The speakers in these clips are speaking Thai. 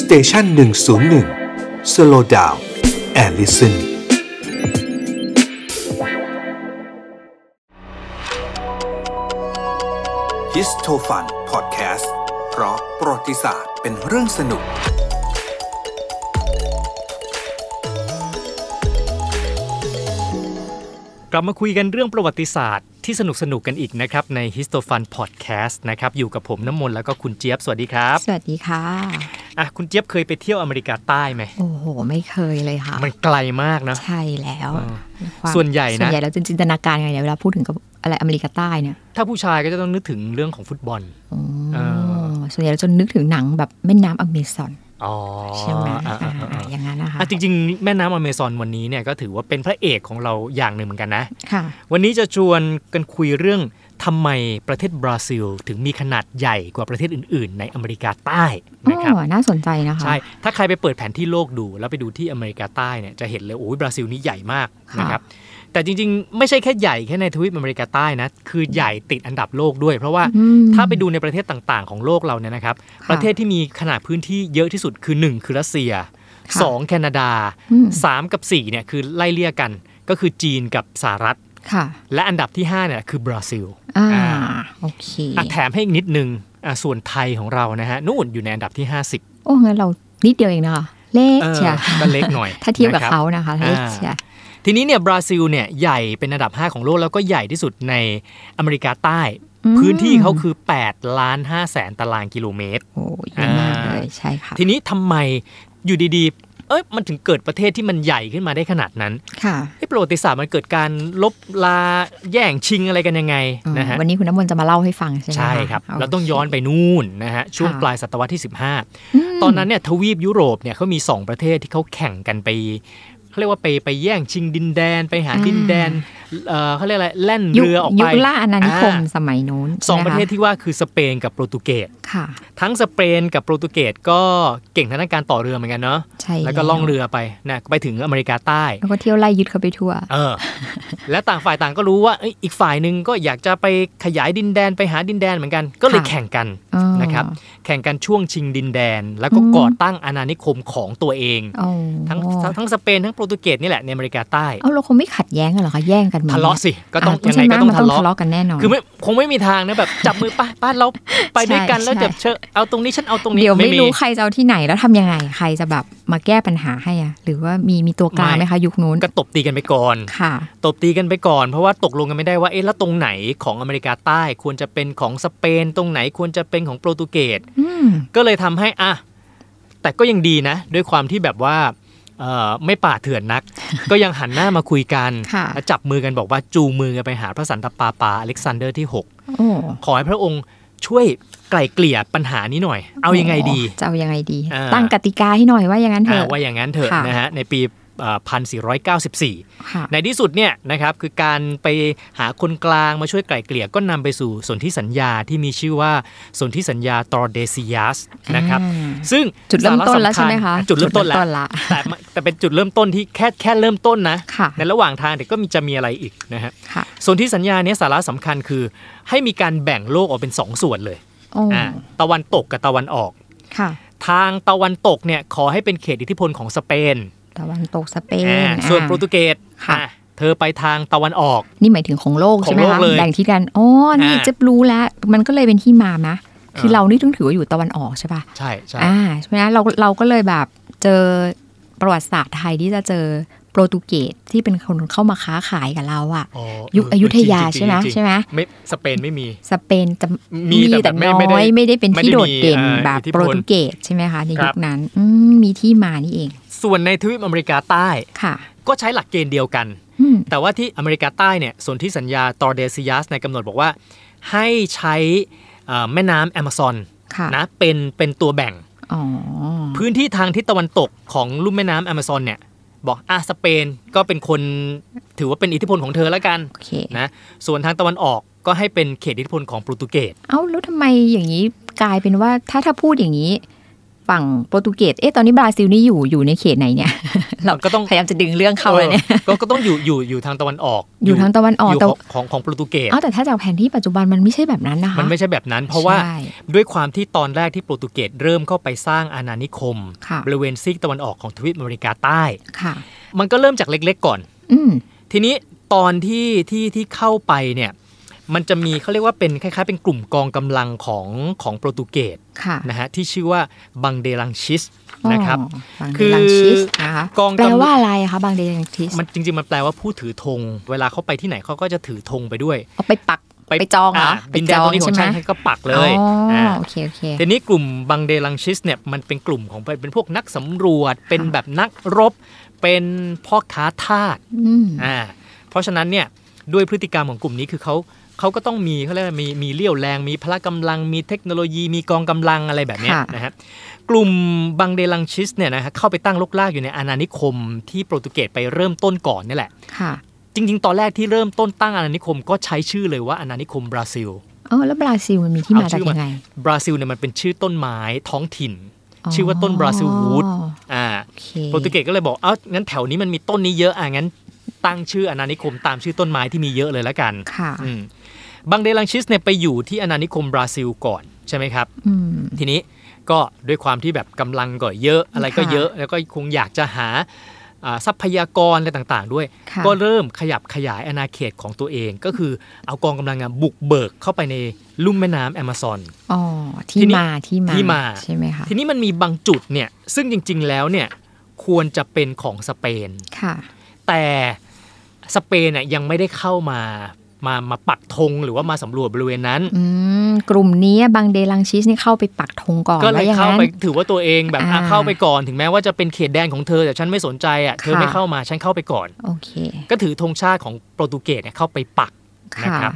สเตชันหนึ่งศูนย์หนึ่งสโลดาวแอลลิสัน ฮิสโทฟันพอดแคสต์เพราะประวัติศาสตร์เป็นเรื่องสนุก กลับมาคุยกันเรื่องประวัติศาสตร์ที่สนุกสนุกๆกันอีกนะครับ ใน h i s t o f u n Podcast นะครับ อยู่กับผมน้ำมนต์แล้วก็คุณเจี๊ยบ สวัสดีครับ สวัสดีค่ะ อ่ะคุณเจี๊ยบเคยไปเที่ยวอเมริกาใต้ไหม โอ้โห ไม่เคยเลยค่ะ มันไกลมากนะ ใช่แล้ว อ่า ความ ส่วนใหญ่นะ ส่วนใหญ่เราจะจินตนาการไงเนี่ยเวลาพูดถึงกับอะไรอเมริกาใต้เนี่ย ถ้าผู้ชายก็จะต้องนึกถึงเรื่องของฟุตบอล อ๋อ เอ ส่วนใหญ่เราจะนึกถึงหนังแบบแม่น้ำอเมซอน อ๋อ ใช่ไหม อ่ะอ่ะอ่ะ อ่า อ่ะ อย่างนั้นนะคะ อ่ะจริง ๆ แม่น้ำอเมซอนวันนี้เนี่ยก็ถือว่าเป็นพระเอกของเราอย่างหนึ่งเหมือนกันนะ ค่ะ วันนี้จะชวนกันคุยเรื่องทำไมประเทศบราซิล ถึงมีขนาดใหญ่กว่าประเทศอื่น ๆ ในอเมริกาใต้นะครับ อ๋อ น่าสนใจนะคะ ใช่ ถ้าใครไปเปิดแผนที่โลกดู แล้วไปดูที่อเมริกาใต้เนี่ยจะเห็นเลยโอ้ยบราซิลนี่ใหญ่มาก ค่ะ นะครับ แต่จริงๆ ไม่ใช่แค่ใหญ่แค่ในทวีปอเมริกาใต้นะ คือใหญ่ติดอันดับโลกด้วย เพราะว่า อืม ถ้าไปดูในประเทศต่างๆ ของโลกเราเนี่ยนะครับ ค่ะ ประเทศที่มีขนาดพื้นที่เยอะที่สุดคือ 1 คือรัสเซีย ค่ะ 2 แคนาดา อืม 3 กับ4เนี่ยคือไล่เลี่ยกัน ก็คือจีนกับสหรัฐ ค่ะ และอันดับที่5เนี่ยคือบราซิล อ่า อ่า โอเค อ่ะแถมให้อีกนิดนึงอ่ะส่วนไทยของเรานะฮะนู่นอยู่ในอันดับที่ 50 โอ้ งั้นเรานิดเดียวเองนะคะ เล็ก เออ เชีย ก็เล็กหน่อย ถ้าเทียบกับ นะครับ เขานะคะ เล็ก อ่า เชีย ทีนี้เนี่ยบราซิลเนี่ยใหญ่เป็นอันดับ 5 ของโลกแล้วก็ใหญ่ที่สุดในอเมริกาใต้ อืม พื้นที่เขาคือ8ล้าน5แสนตารางกิโลเมตร โอ้เยอะมาก อ่า เลยใช่ค่ะ ทีนี้ทำไมอยู่ดีๆ เอ้ยมันถึงเกิดประเทศที่มันใหญ่ขึ้นมาได้ขนาดนั้น ค่ะ เอ้ยประวัติศาสตร์มันเกิดการลบลาแย่งชิงอะไรกันยังไง อ๋อ นะฮะ วันนี้คุณน้ำมนต์จะมาเล่าให้ฟังใช่ไหมะ ใช่ครับ โ เราต้องย้อนไปนู่นนะฮะช่วงปลายศตวรรษที่ 15 ตอนนั้นเนี่ยทวีปยุโรปเนี่ยเขามี 2 ประเทศที่เขาแข่งกันไปเขาเรียกว่าไปไปแย่งชิงดินแดนไปหาดินแดนเอ่อเขาเรียกอะไรแล่น ยุค เรือออกไป ยุคล่าอาณานิคม อ่า สมัยนู้น สอง ใช่ไหม ประเทศ ค ที่ว่าคือสเปนกับโปรตุเกส ค่ะ ทั้งสเปนกับโปรตุเกสก็เก่งทางด้านการต่อเรือเหมือนกันเนาะ ใช่ แล้วก็ล่องเรือไปนะไปถึงอเมริกาใต้ แล้วก็เที่ยวไล่ยึดเขาไปทั่ว เออ และต่างฝ่ายต่างก็รู้ว่าเอ้ยอีกฝ่ายหนึ่งก็อยากจะไปขยายดินแดนไปหาดินแดนเหมือนกัน ก็เลย ค่ะ แข่งกัน อ๋อ นะครับ แข่งกันช่วงชิงดินแดน แล้วก็ อืม ก่อตั้งอาณานิคมของตัวเอง อ๋อ ทั้งทั้งทั้งสเปนทั้งโปรตุเกสนี่แหละในอเมริกาใต้ เอาเราคงไม่ขัดแย้งกันหรอคะแย่งกันมา ทะเลาะสิ ก็ต้อง า ยังไงก็ ใช่หม ต้อง มัน ทะเลาะ กันแน่นอน คือไม่คงไม่มีทางนะแบบ จับมือไป้าป้าเราไปด้วยกัน ใช่ แล้ว ใช่ เดี๋ยวเชอเอาตรงนี้ฉันเอาตรงนี้ เดี๋ยวไม่ มี รู้ใครจะเอาที่ไหนแล้วทำยังไงใครจะแบบมาแก้ปัญหาให้อะหรือว่ามีมีตัวกลาง ไม่ ไหมคะยุคนู้น ก็ตบตีกันไปก่อน ค่ะ ตบตีกันไปก่อนเพราะว่าตกลงกันไม่ได้ว่าเอ๊ะแล้วตรงไหนของอเมริกาใต้ควรจะเป็นของสเปนตรงไหนควรจะเป็นของโปรตุเกส อืม ก็เลยทำให้อ่ะแต่ก็ยังดีนะ ด้วยความที่แบบว่าเอ่อไม่ป่าเถื่อนนัก ก็ยังหันหน้ามาคุยกัน ค่ะ และจับมือกันบอกว่าจูงมือกันไปหาพระสันตะปาปาอเล็กซานเดอร์ที่ โอ้ 6 ขอให้พระองค์ช่วยไกล่เกลี่ยปัญหานี้หน่อย เอายังไงดี จะเอายังไงดี อ่า ตั้งกติกาให้หน่อยว่าอย่างนั้นเถ อ่า อะ ว่าอย่างนั้นเถอะ ค่ะ นะฮะในปีเอ่อ1494 ค่ะ ในที่สุดเนี่ยนะครับคือการไปหาคนกลางมาช่วยไกล่เกลี่ยก็นำไปสู่สนธิสัญญาที่มีชื่อว่าสนธิสัญญาตอร์เดซิยัสนะครับ อ่า ซึ่ง จุดเริ่มต้นแล้ว สา ใช่ไหม ร คะ สำญจุดเริ่มต้นแล้ว ละ แต่ไม่แต่เป็นจุดเริ่มต้นที่แค่แค่เริ่มต้นนะ ค่ะ ในระหว่างทางเด็กก็มีจะมีอะไรอีกนะฮะ ค่ะ ส่วนที่สัญญาเนี้ยสาระสำคัญคือ ให้มีการแบ่งโลกออกเป็น 2 ส่วนเลย โอ้ อ่าตะวันตกกับตะวันออก ค่ะ ทางตะวันตกเนี่ยขอให้เป็นเขตอิทธิพลของสเปน ตะวันตกสเปน อ่าส่วน อ่า โปรตุเกส ค่ะ อ่ะเธอไปทางตะวันออก นี่หมายถึงของโลก ขอ ใช่ ง ไหม โลก คะ เลย แบ่งที่กันอ๋อนี่ อ่า จะรู้แล้ว มันก็เลยเป็นที่มานะคือ เออ เรานี่ต้องถือว่าอยู่ตะวันออกใช่ป่ะ ใช่ใช่ อ่าใช่ไหมนะเราเราก็เลยแบบเจอประวัติศาสตร์ไทยที่จะเจอโปรตุเกสที่เป็นคนเข้ามาค้าขายกับเราอะ อ๋อ ยุค เ อยุธยา จริงๆ ใช่ไหม จริงๆ ใช่ไหม ไม่สเปนไม่มี สเปนจะ มีแต่แบบไม่ น้อ ไม่ได้ ยไม่ได้เป็นที่ ไม่ได้มี โดดเด่น เอ่อ แบบ อิทธิพล โปรตุเกสใช่ไหมคะใน ครั ยุ บ คนั้นอืมมีที่มานี่เอง ส่วนในทวีปอเมริกาใต้ ค่ะ ก็ใช้หลักเกณฑ์เดียวกัน อืม แต่ว่าที่อเมริกาใต้เนี่ยส่วนที่สัญญาตอร์เดซิยัสในยกำหนดบอกว่า ให้ใช้เอ่อแม่น้ำแอมะซอน ค่ะ นะเป็นเป็นตัวแบ่ง อ๋อ พื้นที่ทางทิศตะวันตกของลุ่มแม่น้ำแอมะซอนเนี่ยบอกอ่ะสเปนก็เป็นคนถือว่าเป็นอิทธิพลของเธอแล้วกัน โอเค นะส่วนทางตะวันออกก็ให้เป็นเขตอิทธิพลของโปรตุเกส เอ้าแล้วทำไมอย่างนี้กลายเป็นว่าถ้าถ้าพูดอย่างนี้ ฝั่งโปรตุเกสเอ๊ะตอนนี้บราซิลนี่อยู่อยู่ในเขตไหนเนี่ย เรา มันก็ต้อง พยายามจะดึงเรื่องเข้าเลยเนี่ย ออก็ก็ต้องอยู่อยู่อยู่ทางตะวันออก อยู่ทางตะวันออก ยู่ แต่ ของของของโปรตุเกส เอาแต่ถ้าจากแผนที่ปัจจุบันมันไม่ใช่แบบนั้นนะคะ มันไม่ใช่แบบนั้น เพราะว่า ใช่ ด้วยความที่ตอนแรกที่โปรตุเกสเริ่มเข้าไปสร้างอาณานิคม ค่ะ บริเวณซีกตะวันออกของทวีปอเมริกาใต้ ค่ะ มันก็เริ่มจากเล็กๆก่อน อืม ทีนี้ตอนที่ที่ที่เข้าไปเนี่ยมันจะมีเขาเรียกว่าเป็นคล้ายๆ เป็นกลุ่มกองกำลังของของโปรตุเกส ค่ะ นะฮะที่ชื่อว่าบังเดลังชิสนะครับ อ๋อบาง คือเดลังชิสนะคะ กองกำลัง แปลว่าอะไรคะบางเดลังชิส มันจริงๆ มันแปลว่าผู้ถือธงเวลาเขาไปที่ไหนเขาก็จะถือธงไปด้วย เอาไปปักไปจองเหรอไป ดินแด จ น อ ตรง งนี้ของใช่ไหม ฉันก็ปักเลย อ๋ออา โอเคโอเค ทีนี้กลุ่มบังเดลังชิสเนี่ยมันเป็นกลุ่มของเป็นพวกนักสำรวจ เป็นแบบนักรบ เป็นพ่อค้าทาส อืม อ่าเพราะฉะนั้นเนี่ยด้วยพฤติกรรมของกลุ่มนี้คือเขาเขาก็ต้องมีเขาเรียกว่ามีมีเลี้ยวแรง มีพละกำลัง มีเทคโนโลยี มีกองกำลังอะไรแบบเนี้ยนะฮะกลุ่มบังเดลังชิสเนี่ยนะฮะเข้าไปตั้งลกลากอยู่ในอาณานิคมที่โปรตุเกสไปเริ่มต้นก่อนนี่แหละ ค่ะ จริง ๆ ตอนแรกที่เริ่มต้นตั้งอาณานิคมก็ใช้ชื่อเลยว่าอาณานิคมบราซิล เออแล้วบราซิลมันมีที่ เอา มาจาก ชื่อมา ยังไง บราซิลเนี่ยมันเป็นชื่อต้นไม้ท้องถิ่น ชื่อว่าต้นบราซิลวูด อ๋อ อ่า โอเค โปรตุเกสก็เลยบอก เอ้า งั้นแถวนี้มันมีต้นนี้เยอะ อ่ะ งั้นตั้งชื่ออาณานิคมตามชื่อต้นไม้ที่มีเยอะเลยละกัน ค่ะ อืมบังเดลังชิสเนี่ยไปอยู่ที่อาณานิคมบราซิลก่อนใช่ไหมครับ อืม ทีนี้ก็ด้วยความที่แบบกำลังก็เยอะอะไรก็ ค่ะ เยอะ แล้วก็คงอยากจะหาอ่าทรัพยากรอะไรต่างๆ ด้วย ค่ะ ก็เริ่มขยับขยายอาณาเขตของตัวเอง ก็คือเอากองกำลังอะบุกเบิกเข้าไปในลุ่มแม่น้ำแอมซอน อ๋อ ที ที่ นี้ มาที่มา ที่มา ใช่ไหมคะ ทีนี้มันมีบางจุดเนี่ยซึ่งจริง ๆ แล้วเนี่ยควรจะเป็นของสเปน ค่ะ แต่สเปนน่ยยังไม่ได้เข้ามามามาปักธงหรือว่ามาสำรวจบริเวณนั้น อืมกลุ่มนี้บางเดลังชิสนี่เข้าไปปักธงก่อน ก็เลย ว่อง เข้า นั้น ไปถือว่าตัวเองแบบอ่ะ อ่า เข้าไปก่อนถึงแม้ว่าจะเป็นเขตแดนของเธอแต่ฉันไม่สนใจอ่ะเธอ ค่ะ ไม่เข้ามาฉันเข้าไปก่อน โอเค ก็ถือธงชาติของโปรตุเกสเนี่ยเข้าไปปัก นะ ค่ะ ครับ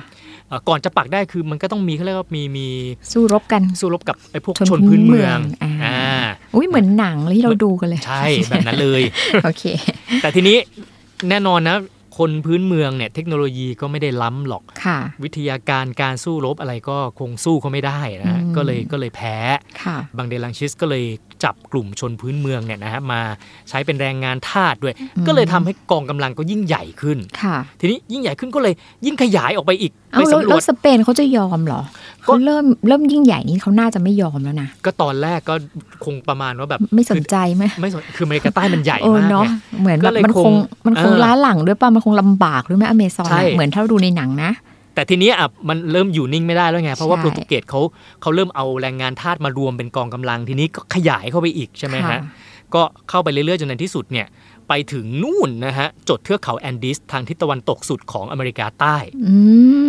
เอ่อก่อนจะปักได้คือมันก็ต้องมีเขาเรียกว่ามีมี สู้รบกัน สู้รบกับไอ้พวกช ช น นพื้ พื้น น เมือง เมืองอ่า อ่า อุ้ยเหมือนหนังที่เราดูกันเลย ใช่แบบนั้นเลย โอเค แต่ทีนี้แน่นอนนะ คนพื้นเมืองเนี่ยเทคโนโลยีก็ไม่ได้ล้ำหรอก ค่ะ วิทยาการการสู้รบอะไรก็คงสู้เขาไม่ได้นะฮะ อืม ก็เลยก็เลยแพ้ ค่ะ บังเดลังชิสก็เลยจับกลุ่มชนพื้นเมืองเนี่ยนะฮะมาใช้เป็นแรงงานทาสด้วย อืม ก็เลยทำให้กองกำลังก็ยิ่งใหญ่ขึ้น ค่ะ ทีนี้ยิ่งใหญ่ขึ้นก็เลยยิ่งขยายออกไปอีก เอา ไป แล้ว สำร แล้ว ว จ สเปนเขาจะยอมเหรอ ก็ เขาเริ่มเริ่มยิ่งใหญ่นี้เขาน่าจะไม่ยอมแล้วนะ ก็ตอนแรกก็คงประมาณว่าแบบ ไม่สนใจไหม ไม่สนคืออเมริกาใต้มันใหญ่ เออ มาก เนาะ ไง เหมือน ก็ แบบ เลย มัน ค ค ง งมันคง เออ ล้าหลังด้วยป่ะมันคงลำบากด้วยไหมอเมซอน ใช่ เหมือนเท่าดูในหนังนะ แต่ทีเนี้ยอ่ะมันเริ่มอยู่นิ่งไม่ได้แล้วไง เพราะว่า ใช่ โปรตุเกสเขาเขาเริ่มเอาแรงงานทาสมารวมเป็นกองกำลังทีนี้ก็ขยายเข้าไปอีกใช่ไหม ค่ะ ฮะ ก็เข้าไปเรื่อยๆจนในที่สุดเนี่ยไปถึงนู่นนะฮะจดเทือกเขาแอนดีสทางทิศตะวันตกสุดของอเมริกาใต้ อื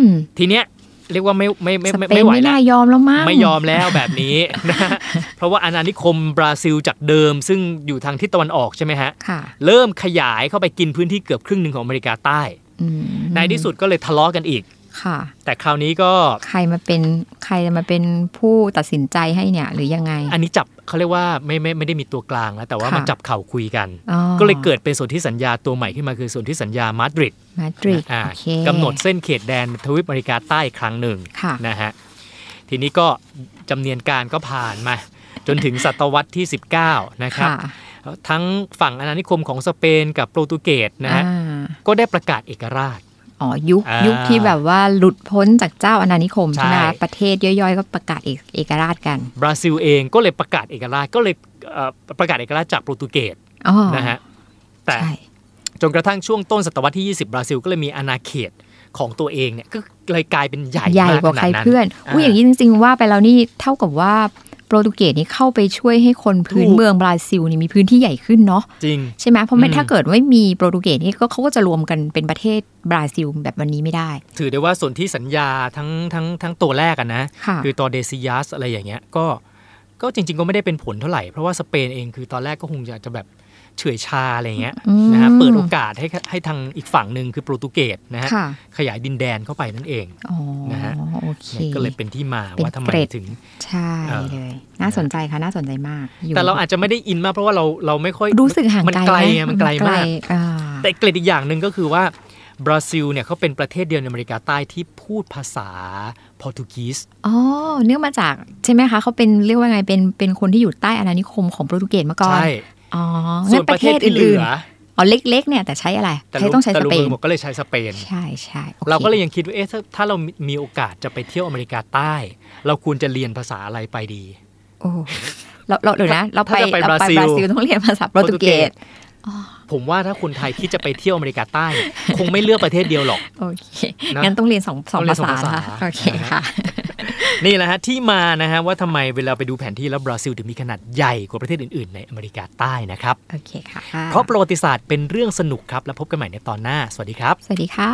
ม ทีเนี้ยเรียกว่าไม่ไม่ไม่ ส ไม่ เป ไม่ น ไหว ไม่ แล้ น่าว ยอมแล้วมั้ง ไม่ยอมแล้วแบบนี้ นะฮะเพราะว่าอาณานิคมบราซิลจากเดิม ซึ่งอยู่ทางทิศตะวันออกใช่ไหมฮะ ค่ะ เริ่มขยายเข้าไปกินพื้นที่เกือบครึ่งหนึ่งของอเมริกาใต้ อืม ในที่สุดก็เลยทะเลาะกันอีก ค่ะ แต่คราวนี้ก็ ใครมาเป็นใครจะมาเป็นผู้ตัดสินใจให้เนี่ย หรือยังไง อันนี้จับเขาเรียกว่าไม่ไม่ไม่ได้มีตัวกลางแล้วแต่ว่า ค่ะ มันจับเข่าคุยกัน อ๋อ ก็เลยเกิดเป็นสนธิสัญญาตัวใหม่ขึ้นมาคือสนธิสัญญามาดริด มาดริด อ่า โอเค กำหนดเส้นเขตแดนทวีปอเมริกาใต้อีกครั้งหนึ่ง ค่ะ นะฮะทีนี้ก็จำเนียนการก็ผ่านมา จนถึงศตวรรษที่ 19 นะครับ ทั้งฝั่งอาณานิคมของสเปนกับโปรตุเกสนะฮะ อ่า ก็ได้ประกาศเอกราช อ๋อยุค อ่ายุ ยุคที่แบบว่าหลุดพ้นจากเจ้าอาณานิคม ใช่ ใช่ไหมคะประเทศย่อยๆ ก็ประกาศเอกเอกราชกัน บราซิลเองก็เลยประกาศเอกราชก็เลยเอ่อประกาศเอกราชจากโปรตุเกส อ๋อ นะฮะแต่ ใช่ จนกระทั่งช่วงต้นศตวรรษที่ 20 บราซิลก็เลยมีอาณาเขตของตัวเองเนี่ยก็เลยกลายเป็นใหญ่ ใหญ่ มาก กว่า ขนา ใคร ดนั้น เพื่อนอุ้อ่ายอย่างนี้จริง ๆ ว่าไปแล้วนี่เท่ากับว่าโปรตุเกสนี่เข้าไปช่วยให้คนพื้น ถูก เมืองบราซิลนี่มีพื้นที่ใหญ่ขึ้นเนาะ จริง ใช่ไหมเพราะไม่ อืม ถ้าเกิดไม่มีโปรตุเกสนี่ก็เขาก็จะรวมกันเป็นประเทศบราซิลแบบวันนี้ไม่ได้ ถือได้ว่าส่วนที่สัญญาทั้งทั้งทั้งตัวแรกอะนะ ค่ะ คือตอนเดซิยัสอะไรอย่างเงี้ยก็ก็จริง ๆ ก็ไม่ได้เป็นผลเท่าไหร่ เพราะว่าสเปนเองคือตอนแรกก็คงจะจะแบบเฉื่อยชาอะไรเงี้ย อืม นะฮะเปิดโอกาสให้ให้ทางอีกฝั่งหนึ่งคือโปรตุเกสนะฮะ ค่ะ ขยายดินแดนเข้าไปนั่นเอง อ๋อโอเค เนี่ยก็เลยเป็นที่มา เป็น ว่าทำไม เกร็ด ถึง ใช่ เออ เลย น่าสนใจค่ะน่าสนใจมากอยู่ แต่เราอาจจะไม่ได้อินมากเพราะว่าเราเราไม่ค่อย รู้สึกห่าง มัน ไกไกลล ห ไงมันไกลมาก อ่า แต่เกร็ดอีกอย่างหนึ่งก็คือว่าบราซิลเนี่ยเขาเป็นประเทศเดียวในอเมริกาใต้ที่พูดภาษาโปรตุเกส อ๋อเนื่องมาจากใช่ไหมคะเขาเป็นเรียกว่าไงเป็นเป็นคนที่อยู่ใต้อาณานิคมของโปรตุเกสมาก่อน ใช่ อ๋อ ส่ งั้ วน น ป ประ ระ เท เท ศ ศ ที่เหลื อื่น อ ๆอ๋อเล็ก ๆ เนี่ยแต่ใช้อะไร แต่ ใช้ รู้ ต้องใช้ แต่ ส รู้ เป มื น อหมดก็เลยใช้สเปน ใช่ใช่โอค เราก็เลยยังคิดว่าเอ๊ะถ้าถ้าเรามีโอกาสจะไปเที่ยวอเมริกาใต้ เราควรจะเรียนภาษาอะไรไปดี โอ้เราเราเดี๋ยวนะเราไป ถ้าจะไป เรา บ ไป ราซิล บราซิลต้องเรียนภาษาโปรตุเกส ผมว่าถ้าคนไทยคิดจะไปเที่ยวอเมริกาใต้ คงไม่เลือกประเทศเดียวหรอก โอเค นะ งั้นต้องเรียนสองสอง ต้องเรีภายนสอง ษา ภาษา ค่ะโอเค นะฮะ ค่ะ นี่แหละฮะที่มานะฮะว่าทำไมเวลาไปดูแผนที่แล้วบราซิลถึงมีขนาดใหญ่กว่าประเทศอื่นๆในอเมริกาใต้นะครับ โอเคค่ะ เพราะประวัติศาสตร์เป็นเรื่องสนุกครับ แล้วพบกันใหม่ในตอนหน้า สวัสดีครับ สวัสดีค่ะ